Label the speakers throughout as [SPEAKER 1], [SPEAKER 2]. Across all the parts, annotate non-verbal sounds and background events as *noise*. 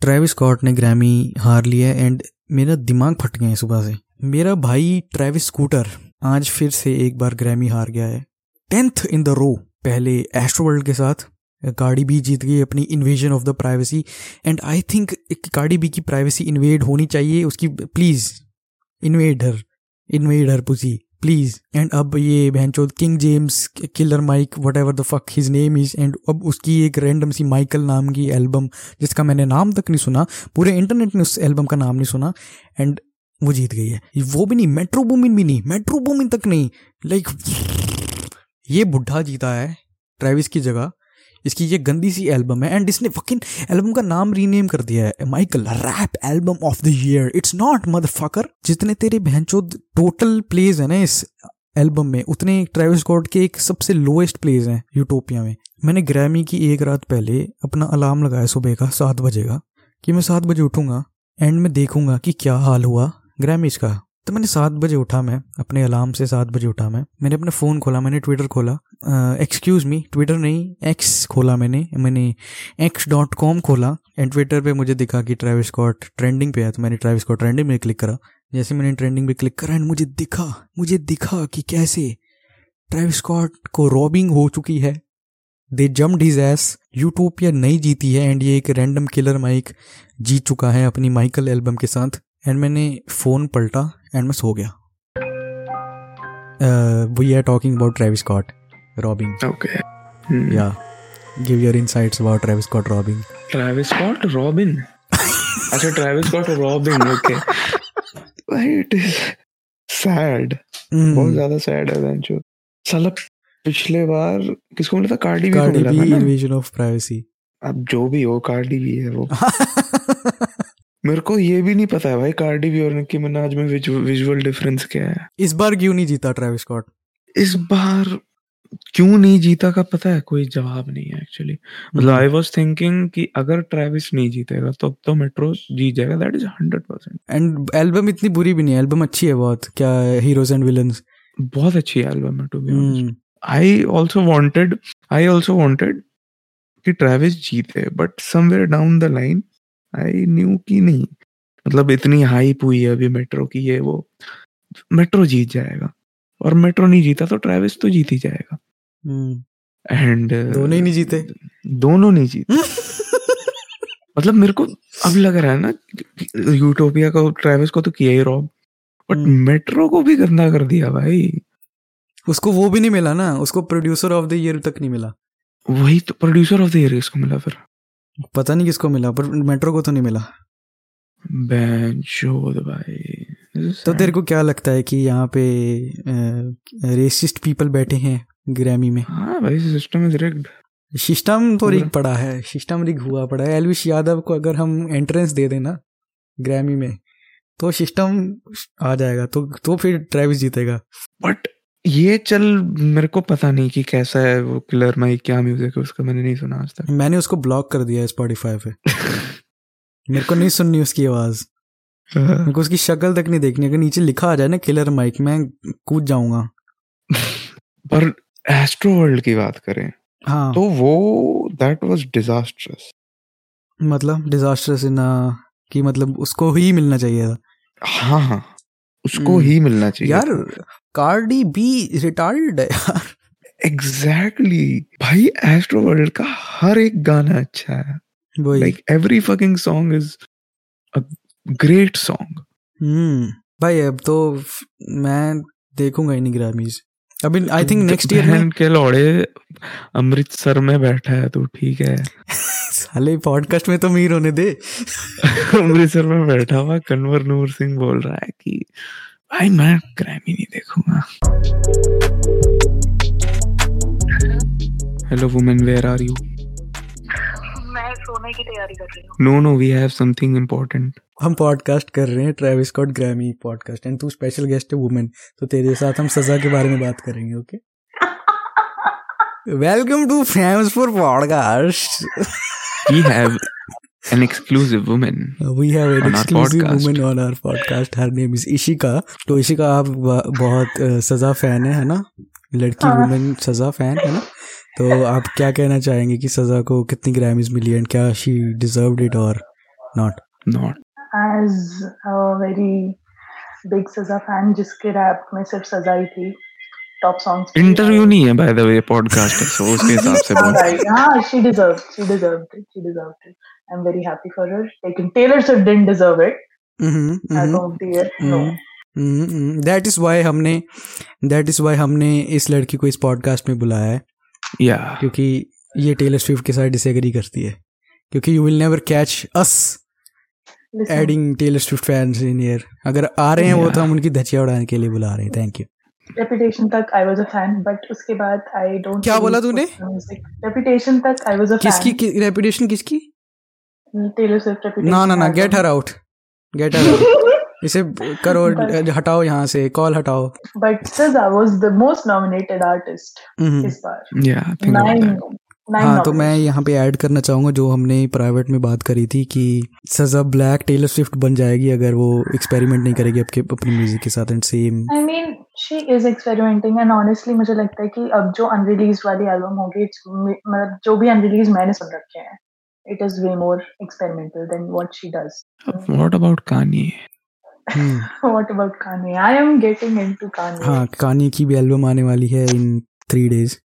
[SPEAKER 1] Travis Scott ने Grammy हार लिया एंड मेरा दिमाग फट गया है सुबह से मेरा भाई ट्रेविस स्कूटर आज फिर से एक बार ग्रैमी हार गया है टेंथ इन द रो पहले एस्ट्रोवर्ल्ड के साथ कार्डी बी जीत गई अपनी invasion of the privacy and I think Cardi B की प्राइवेसी इन्वेड होनी चाहिए उसकी please invade her invade her pussy please and अब ये बहनचोद King James Killer mic what ever the fuck his name is and अब उसकी एक रैंडम सी माइकल नाम की एल्बम जिसका मैंने नाम तक नहीं सुना पूरे इंटरनेट ने उस एल्बम का नाम नहीं सुना एंड वो जीत गई है वो भी नहीं मेट्रो बूमिन भी नहीं मेट्रो बूमिन तक नहीं लाइक like, ये बुढ़ा जीता है ट्रेविस की जगह इसकी ये गंदी सी एल्बम है एंड इसने फकिन एल्बम का नाम रीनेम कर दिया है Michael rap album of the year it's not motherfucker जितने तेरे बहनचोद टोटल प्लेज है ना इस एल्बम में उतने ट्रेविस स्कॉट के एक सबसे लोएस्ट प्लेज हैं यूटोपिया में मैंने ग्रैमी की एक रात पहले अपना अलार्म लगाया सुबह का सात बजे का कि मैं सात बजे उठूंगा एंड मैं देखूंगा कि क्या हाल हुआ ग्रैमीज का तो मैंने सात बजे उठा मैं अपने अलार्म से सात बजे उठा मैं मैंने अपना फ़ोन खोला मैंने ट्विटर खोला एक्सक्यूज़ मी ट्विटर नहीं एक्स खोला मैंने मैंने एक्स डॉट कॉम खोला एंड ट्विटर पे मुझे दिखा कि ट्रैविस स्कॉट ट्रेंडिंग पे है तो मैंने ट्रैविस स्कॉट ट्रेंडिंग में क्लिक करा जैसे मैंने ट्रेंडिंग पे क्लिक करा एंड मुझे दिखा मुझे दिखा कि कैसे ट्रैविस स्कॉट को रॉबिंग हो चुकी है they jammed his S Utopia नहीं जीती है एंड ये एक रैंडम किलर माइक जीत चुका है अपनी माइकल एल्बम के साथ एंड मैंने फ़ोन पलटा एंड मैं सो गया we are talking about Travis Scott robbing
[SPEAKER 2] okay
[SPEAKER 1] या give your insights about Travis Scott robbing
[SPEAKER 2] Travis Scott robin अच्छा ट्रैविस स्कॉट रॉबिन *laughs* ओके भाई इट इज सैड
[SPEAKER 1] Hmm.
[SPEAKER 2] बहुत ज्यादा सैड है बेंचो साला पिछले बार किसको मिला था कार्डी बी को
[SPEAKER 1] कार्डी
[SPEAKER 2] मिला
[SPEAKER 1] बी
[SPEAKER 2] था ना
[SPEAKER 1] इन्वेजन ऑफ प्राइवेसी
[SPEAKER 2] अब जो भी हो कार्डी बी है वो मेरे को ये भी नहीं पता है भाई कार्डी बी और निकी मिनाज में विजुअल डिफरेंस क्या है
[SPEAKER 1] *laughs* इस बार क्यों नहीं जीता ट्रेविस स्कॉट
[SPEAKER 2] इस बार क्यों नहीं जीता का पता है कोई जवाब नहीं है एक्चुअली मतलब आई वाज थिंकिंग कि अगर ट्रेविस नहीं जीतेगा तो अब तो मेट्रो जीत जाएगा that is 100 percent
[SPEAKER 1] and album इतनी बुरी भी नहीं है एल्बम अच्छी है बहुत क्या हीरोज एंड विलन्स
[SPEAKER 2] बहुत अच्छी एल्बम है to be
[SPEAKER 1] hmm.
[SPEAKER 2] Honest I also wanted I also wanted कि ट्रेविस जीते but somewhere down the line I knew कि नहीं मतलब इतनी हाइप हुई है अभी मेट्रो की ये वो मेट्रो जीत जाएगा और मेट्रो नहीं जीता तो ट्रेविस तो जीत ही जाएगा एंड
[SPEAKER 1] Hmm. दोनों ही नहीं जीते *laughs*
[SPEAKER 2] दोनों नहीं जीते मतलब मेरे को अब लग रहा है ना यूटोपिया को ट्रेविस को तो किया ही रॉब बट
[SPEAKER 1] हम्म।
[SPEAKER 2] मेट्रो को भी गंदा कर दिया भाई
[SPEAKER 1] उसको वो भी नहीं मिला ना उसको प्रोड्यूसर ऑफ द ईयर तक नहीं मिला
[SPEAKER 2] वही तो प्रोड्यूसर ऑफ द ईयर इसको मिला फिर
[SPEAKER 1] पता नहीं किसको मिला पर मेट्रो को तो नहीं मिला
[SPEAKER 2] बैंचोद भाई
[SPEAKER 1] तो तेरे को क्या लगता है कि यहाँ पे रेसिस्ट पीपल बैठे हैं ग्रैमी में
[SPEAKER 2] हाँ भाई सिस्टम इज रिग्ड
[SPEAKER 1] सिस्टम तो रिग पड़ा है सिस्टम रिग हुआ पड़ा है एलविश यादव को अगर हम एंट्रेंस दे देना ग्रैमी में तो सिस्टम आ जाएगा तो तो फिर ट्रेविस जीतेगा
[SPEAKER 2] बट ये चल मेरे को पता नहीं कि कैसा है वो किलर माइक क्या म्यूजिक है उसका मैंने नहीं सुना आज तक
[SPEAKER 1] मैंने उसको ब्लॉक कर दिया है स्पॉटिफाई पे मेरे को नहीं सुननी उसकी आवाज *laughs* मेरे को उसकी शक्ल तक नहीं देखनी अगर नीचे लिखा आ जाए ना किलर माइक मैं कूद जाऊंगा
[SPEAKER 2] पर एस्ट्रो वर्ल्ड की बात करें
[SPEAKER 1] हाँ
[SPEAKER 2] तो वो दैट वाज डिजास्ट्रस
[SPEAKER 1] मतलब डिजास्टर ना कि मतलब उसको ही मिलना चाहिए था
[SPEAKER 2] हाँ हाँ उसको
[SPEAKER 1] हम्म।
[SPEAKER 2] ही मिलना चाहिए
[SPEAKER 1] यार कार्डी बी रिटायर्ड है *laughs* यार
[SPEAKER 2] एग्जैक्टली भाई एस्ट्रो वर्ल्ड का हर एक गाना अच्छा है
[SPEAKER 1] वही
[SPEAKER 2] like every fucking song is a great song
[SPEAKER 1] hmm भाई अब तो फ- मैं देखूंगा ही नहीं ग्रामीज अभी आई थिंक
[SPEAKER 2] *laughs*
[SPEAKER 1] नेक्स्ट ईयर में
[SPEAKER 2] के लौड़े अमृतसर में बैठा है तो ठीक है *laughs*
[SPEAKER 1] साले पॉडकास्ट में तो मीर होने दे
[SPEAKER 2] अमृतसर में बैठा हुआ कन्वर नूर सिंह बोल रहा है कि भाई मैं ग्रैमी नहीं देखूंगा hello women where are you
[SPEAKER 3] मैं सोने की तैयारी कर रही हूँ
[SPEAKER 2] no no we have something important
[SPEAKER 1] हम पॉडकास्ट कर रहे हैं Travis Scott Grammy podcast and तू स्पेशल गेस्ट है वुमेन तो तेरे साथ हम सजा के बारे में बात करेंगे okay welcome to fams for podcast
[SPEAKER 2] we have an exclusive women
[SPEAKER 1] we have
[SPEAKER 2] On
[SPEAKER 1] an
[SPEAKER 2] our
[SPEAKER 1] exclusive
[SPEAKER 2] podcast.
[SPEAKER 1] Women on our podcast her name is Ishika तो इशिका आप ब- बहुत अ, सजा फैन है है ना लड़की
[SPEAKER 3] हाँ।
[SPEAKER 1] वुमेन सजा फैन है ना तो आप क्या कहना चाहेंगे कि सजा को कितनी ग्रैमीज मिली एंड क्या शी डिजर्व इट और not
[SPEAKER 2] not
[SPEAKER 3] as very big SZA fan जिसके रैप में सिर्फ सजा ही थी टॉप सॉन्ग
[SPEAKER 2] इंटरव्यू नहीं है बाय द वे पॉडकास्ट है सो उसके हिसाब से
[SPEAKER 3] *laughs*
[SPEAKER 2] बोल
[SPEAKER 3] yeah, Ah, हाँ, she deserved. She deserved it. She deserved it. I'm very happy for her. Taking Taylor Swift didn't deserve it.
[SPEAKER 1] Hmm, Mm-hmm.
[SPEAKER 3] Album of the year. No.
[SPEAKER 1] That is why हमने that is why हमने इस लड़की को इस podcast में बुलाया है
[SPEAKER 2] या
[SPEAKER 1] क्योंकि ये टेलर स्विफ्ट के साथ डिसएग्री करती है क्योंकि you will never catch us
[SPEAKER 3] Listen,
[SPEAKER 1] adding Taylor Swift fans in year अगर आ रहे हैं वो तो
[SPEAKER 2] Yeah.
[SPEAKER 1] हम उनकी धचिया उड़ाने के लिए बुला रहे हैं थैंक यू
[SPEAKER 3] Reputation तक I was a fan, but उसके बाद I don't.
[SPEAKER 1] क्या बोला
[SPEAKER 3] really
[SPEAKER 1] तूने?
[SPEAKER 3] put the music. Reputation तक I was a
[SPEAKER 1] किसकी
[SPEAKER 3] fan.
[SPEAKER 1] रेपुटेशन किसकी
[SPEAKER 3] Taylor Swift reputation.
[SPEAKER 1] ना ना ना get her out get her
[SPEAKER 3] *laughs*
[SPEAKER 1] out इसे करो
[SPEAKER 3] But-
[SPEAKER 1] हटाओ यहाँ से कॉल हटाओ
[SPEAKER 3] But SZA was the most nominated artist
[SPEAKER 1] hmm.
[SPEAKER 3] इस बार.
[SPEAKER 2] या think about
[SPEAKER 3] Nine.
[SPEAKER 2] That
[SPEAKER 3] Nine.
[SPEAKER 1] हाँ तो मैं
[SPEAKER 3] nominations.
[SPEAKER 1] यहाँ पे ऐड करना चाहूंगा जो हमने प्राइवेट में बात करी थी कि सजा ब्लैक टेलर स्विफ्ट बन जाएगी अगर वो एक्सपेरिमेंट नहीं करेगी आपके अपने म्यूजिक के साथ and same
[SPEAKER 3] I mean she is experimenting and honestly मुझे लगता है कि अब जो अनरिलीज वाली एल्बम होगी it's- मतलब जो भी अनरिलीज मैंने सुन रखे हैं it is way more experimental than what she *laughs* does
[SPEAKER 2] what about Kanye
[SPEAKER 3] what about Kanye I am getting into Kanye
[SPEAKER 1] hmm. हाँ कानी की भी एल्बम आने वाली है in three days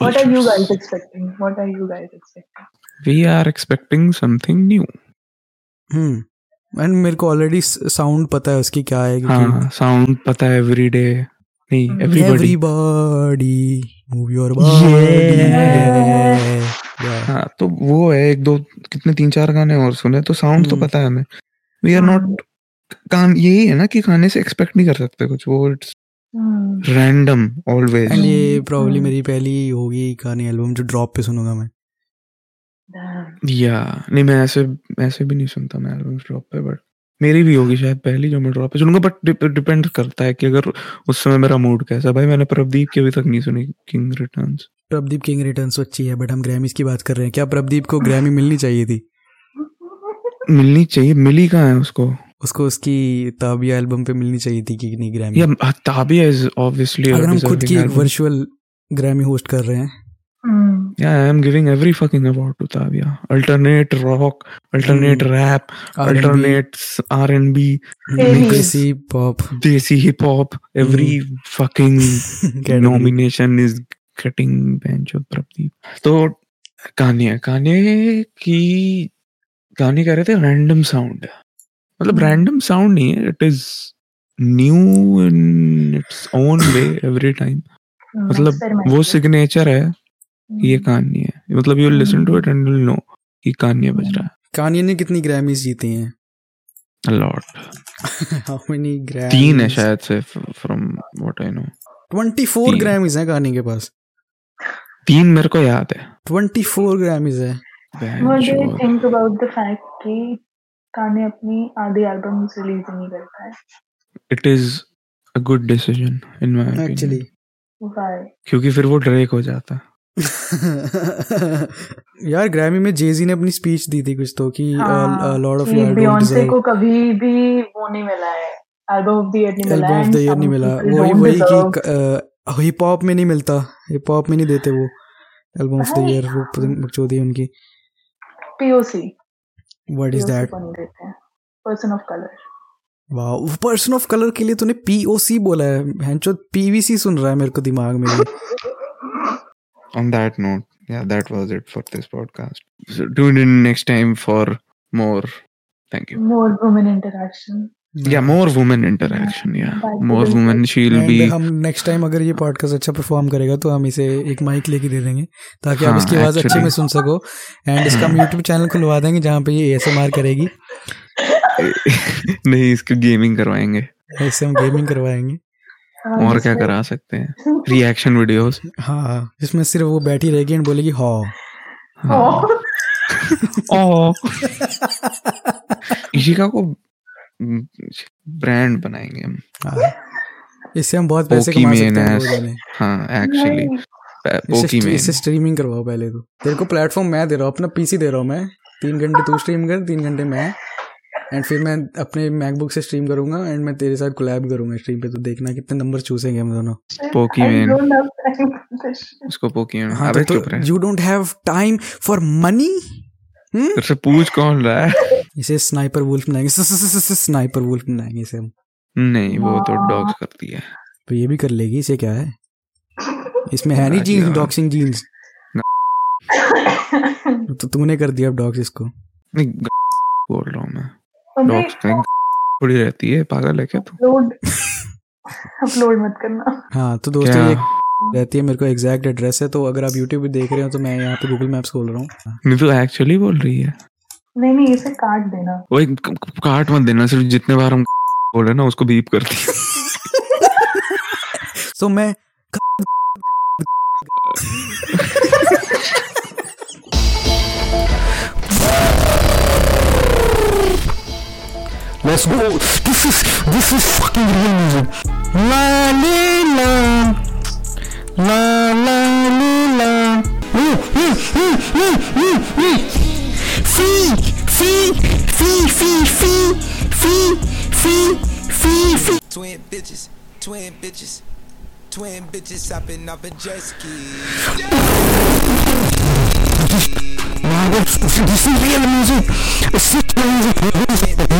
[SPEAKER 3] what are you guys expecting what are you guys expecting
[SPEAKER 2] we are expecting something new
[SPEAKER 1] and hmm. मेरे को already sound पता है उसकी क्या है
[SPEAKER 2] हाँ साउंड पता है एवरीडे नहीं
[SPEAKER 3] Hmm.
[SPEAKER 2] Everybody
[SPEAKER 1] everybody move your
[SPEAKER 2] Yeah.
[SPEAKER 1] Body
[SPEAKER 2] हाँ तो वो है एक दो कितने तीन चार गाने और सुने तो साउंड तो
[SPEAKER 3] Hmm.
[SPEAKER 1] हम्म।
[SPEAKER 2] पता है हमें वी आर नॉट कान यही है ना कि खाने से एक्सपेक्ट नहीं कर सकते कुछ वो इट्स रैंडम ऑलवेज
[SPEAKER 1] एंड ये प्रॉब्ली
[SPEAKER 3] Hmm.
[SPEAKER 1] मेरी पहली होगी कानी एल्बम जो ड्रॉप पे सुनूंगा मैं
[SPEAKER 3] Hmm. *laughs*
[SPEAKER 2] या नहीं मैं ऐसे ऐसे भी नहीं सुनता मैं एल्बम्स ड्रॉप पे बट मेरी भी होगी शायद पहली जो मैं ड्रॉप पे सुनूंगा बट डिपेंड करता है कि अगर उस समय मेरा मूड कैसा है। भाई मैंने प्रदीप की अभी तक नहीं सुनी King Returns
[SPEAKER 1] Pradeep King Returns तो अच्छी है बट हम ग्रैमीज की बात कर रहे हैं क्या प्रदीप को ग्रैमी मिलनी चाहिए थी
[SPEAKER 2] मिलनी चाहिए मिली कहाँ है उसको
[SPEAKER 1] उसको उसकी ताबिया एल्बम पे मिलनी चाहिए थी कि नहीं ग्रैमी
[SPEAKER 2] या ताबिया इज ऑब्वियसली
[SPEAKER 1] अगर हम खुद की एक वर्चुअल ग्रैमी होस्ट कर रहे हैं
[SPEAKER 3] Hmm.
[SPEAKER 2] Yeah, I am giving every fucking award to Tavia. Alternate rock, alternate
[SPEAKER 1] Hmm.
[SPEAKER 2] rap,
[SPEAKER 1] R&B,
[SPEAKER 2] alternate s- R&B,
[SPEAKER 1] hmm,
[SPEAKER 2] Remix.
[SPEAKER 1] देसी
[SPEAKER 2] *laughs*
[SPEAKER 1] pop
[SPEAKER 2] desi hip hop. Every
[SPEAKER 1] Hmm.
[SPEAKER 2] fucking nomination is getting bench of Pradeep. So Kanye, Kanye तो की Kanye कह रहे थे random sound. मतलब
[SPEAKER 3] Hmm.
[SPEAKER 2] random sound नहीं है. It is new in its own way every time. मतलब वो signature है. ये
[SPEAKER 3] Hmm.
[SPEAKER 2] Kanye है. मतलब you listen to it and you'll know कि Kanye बज रहा है.
[SPEAKER 1] कानिया ने कितनी ग्रैमीज जीती हैं *laughs*
[SPEAKER 2] A lot.
[SPEAKER 1] How many Grammy
[SPEAKER 2] तीन है शायद से फ्रॉम व्हाट आई नो
[SPEAKER 1] 24
[SPEAKER 2] तीन।
[SPEAKER 1] ग्रैमीज हैं कानी के पास
[SPEAKER 2] तीन मेरे को याद है
[SPEAKER 1] 24 ग्रैमीज है
[SPEAKER 3] What do
[SPEAKER 2] Bench
[SPEAKER 3] you
[SPEAKER 2] और-
[SPEAKER 3] think about the fact कि काने अपनी आधी एल्बम्स रिलीज नहीं करता है
[SPEAKER 2] it is a good decision in my opinion
[SPEAKER 1] actually
[SPEAKER 3] Why?
[SPEAKER 2] क्योंकि फिर वो ड्रेक हो जाता
[SPEAKER 1] यार ग्रैमी में जेजी ने अपनी स्पीच दी थी कुछ तो कि लॉर्ड ऑफ
[SPEAKER 3] हाँ, कि बियॉन्से को कभी भी वो नहीं मिला है एल्बम ऑफ द ईयर नहीं मिला
[SPEAKER 1] album of
[SPEAKER 3] and
[SPEAKER 1] the year
[SPEAKER 3] some
[SPEAKER 1] नहीं मिला
[SPEAKER 3] people
[SPEAKER 1] वही
[SPEAKER 3] don't
[SPEAKER 1] वही
[SPEAKER 3] deserve-
[SPEAKER 1] कि हिप हॉप में नहीं मिलता हिप हॉप में नहीं देते वो album of the
[SPEAKER 3] Right.
[SPEAKER 1] Year वो
[SPEAKER 3] हाँ।
[SPEAKER 1] चौधरी उनकी
[SPEAKER 3] POC
[SPEAKER 1] what is
[SPEAKER 3] POC
[SPEAKER 1] that
[SPEAKER 3] को नहीं देते हैं पर्सन ऑफ कलर
[SPEAKER 1] वाह पर्सन ऑफ कलर के लिए तूने पीओसी बोला है हैंचो पीवीसी सुन रहा है मेरे को दिमाग में भी।
[SPEAKER 2] है ऑन दैट नोट या that was it for this podcast tune in next time for more thank you
[SPEAKER 3] more women interaction
[SPEAKER 2] या मोर वुमेन इंटरेक्शन या
[SPEAKER 3] Back to
[SPEAKER 2] more
[SPEAKER 3] the-
[SPEAKER 2] women she will
[SPEAKER 1] And uh,
[SPEAKER 2] be
[SPEAKER 1] हम next time अगर ये podcast अच्छा perform करेगा तो हम इसे एक माइक लेके दे देंगे ताकि आप
[SPEAKER 2] हाँ,
[SPEAKER 1] इसकी आवाज अच्छे
[SPEAKER 2] actually.
[SPEAKER 1] में सुन सको एंड इसका हम यूट्यूब चैनल खुलवा देंगे जहाँ पे ये एसएमआर करेगी
[SPEAKER 2] *laughs* नहीं इसकी गेमिंग करवाएंगे
[SPEAKER 1] इससे हम गेमिंग करवाएंगे
[SPEAKER 3] हाँ,
[SPEAKER 2] और क्या
[SPEAKER 3] *laughs*
[SPEAKER 2] करा सकते हैं रिएक्शन वीडियोस
[SPEAKER 1] हाँ इसमें सिर्फ वो बैठी रहेगी एंड बोलेगी हाँ
[SPEAKER 3] Oh.
[SPEAKER 2] हाँ ओ ईशिका को ब्रांड बनाएंगे हम
[SPEAKER 1] हाँ। इससे हम बहुत पैसे
[SPEAKER 2] Pokey
[SPEAKER 1] कमा
[SPEAKER 2] main
[SPEAKER 1] सकते हैं
[SPEAKER 2] ass.
[SPEAKER 1] रोजाना।
[SPEAKER 2] हाँ एक्चुअली
[SPEAKER 1] इससे
[SPEAKER 2] पोकी में
[SPEAKER 1] इससे स्ट्रीमिंग करवाओ पहले तो तेरे को प्लेटफॉर्म मैं दे रहा हूँ अपना पीसी दे रहा हूँ मैं तीन घंटे तू स्ट्रीम कर तीन घंटे मैं एंड फिर मैं अपने मैकबुक से स्ट्रीम करूंगा एंड मैं तेरे साथ कोलैब करूंगा स्ट्रीम पे तो देखना कितने नंबर चूसेंगे हम दोनों
[SPEAKER 2] Pokey man. *laughs* उसको पोकी में
[SPEAKER 1] हाँ,
[SPEAKER 2] अबे
[SPEAKER 1] तो
[SPEAKER 2] तो- चुप रह
[SPEAKER 1] you don't have time for money
[SPEAKER 2] तेरे से पूछ कौन रहा है
[SPEAKER 1] इसे स्नाइपर वुल्फ बनाएंगे स- स- स- स- स्नाइपर वुल्फ बनाएंगे इसे हम
[SPEAKER 2] नहीं वो तो डॉग्स करती है
[SPEAKER 1] तो ये भी कर लेगी इसे क्या है इसमें है नहीं
[SPEAKER 2] अरे
[SPEAKER 1] जीन्स
[SPEAKER 2] यार।
[SPEAKER 1] डॉक्सिंग जीन्स तो तूने कर दिया अब डॉक्स इसको
[SPEAKER 2] नहीं ग- बोल रहा हूँ मैं डॉग्स कहीं ग- थोड़ी रहती है पागल है क्या तू
[SPEAKER 3] अपलोड अपलोड मत करना
[SPEAKER 1] हाँ तो
[SPEAKER 2] क्या
[SPEAKER 1] दोस्तों ये रहती है मेरे को एग्जैक्ट एड्रेस है तो अगर आप यूट्यूब पे देख रहे हो तो मैं यहाँ पे गूगल मैप्स खोल रहा हूँ
[SPEAKER 2] नहीं तो एक्चुअली बोल रही है
[SPEAKER 3] नहीं नहीं इसे काट देना
[SPEAKER 2] वो एक क- क- काट मत देना सिर्फ जितने बार हम ग- बोले ना उसको बीप करती है
[SPEAKER 1] तो मैं Let's go. This is this is fucking real music. La la la, la la la la. Ooh, ooh, ooh, ooh, ooh, ooh. Fee, fee, fee, fee, fee, fee, fee, fee, fee.
[SPEAKER 4] Twin bitches, twin bitches, twin bitches hopping off a jet ski.
[SPEAKER 1] This is real music. This is real music.
[SPEAKER 4] Twin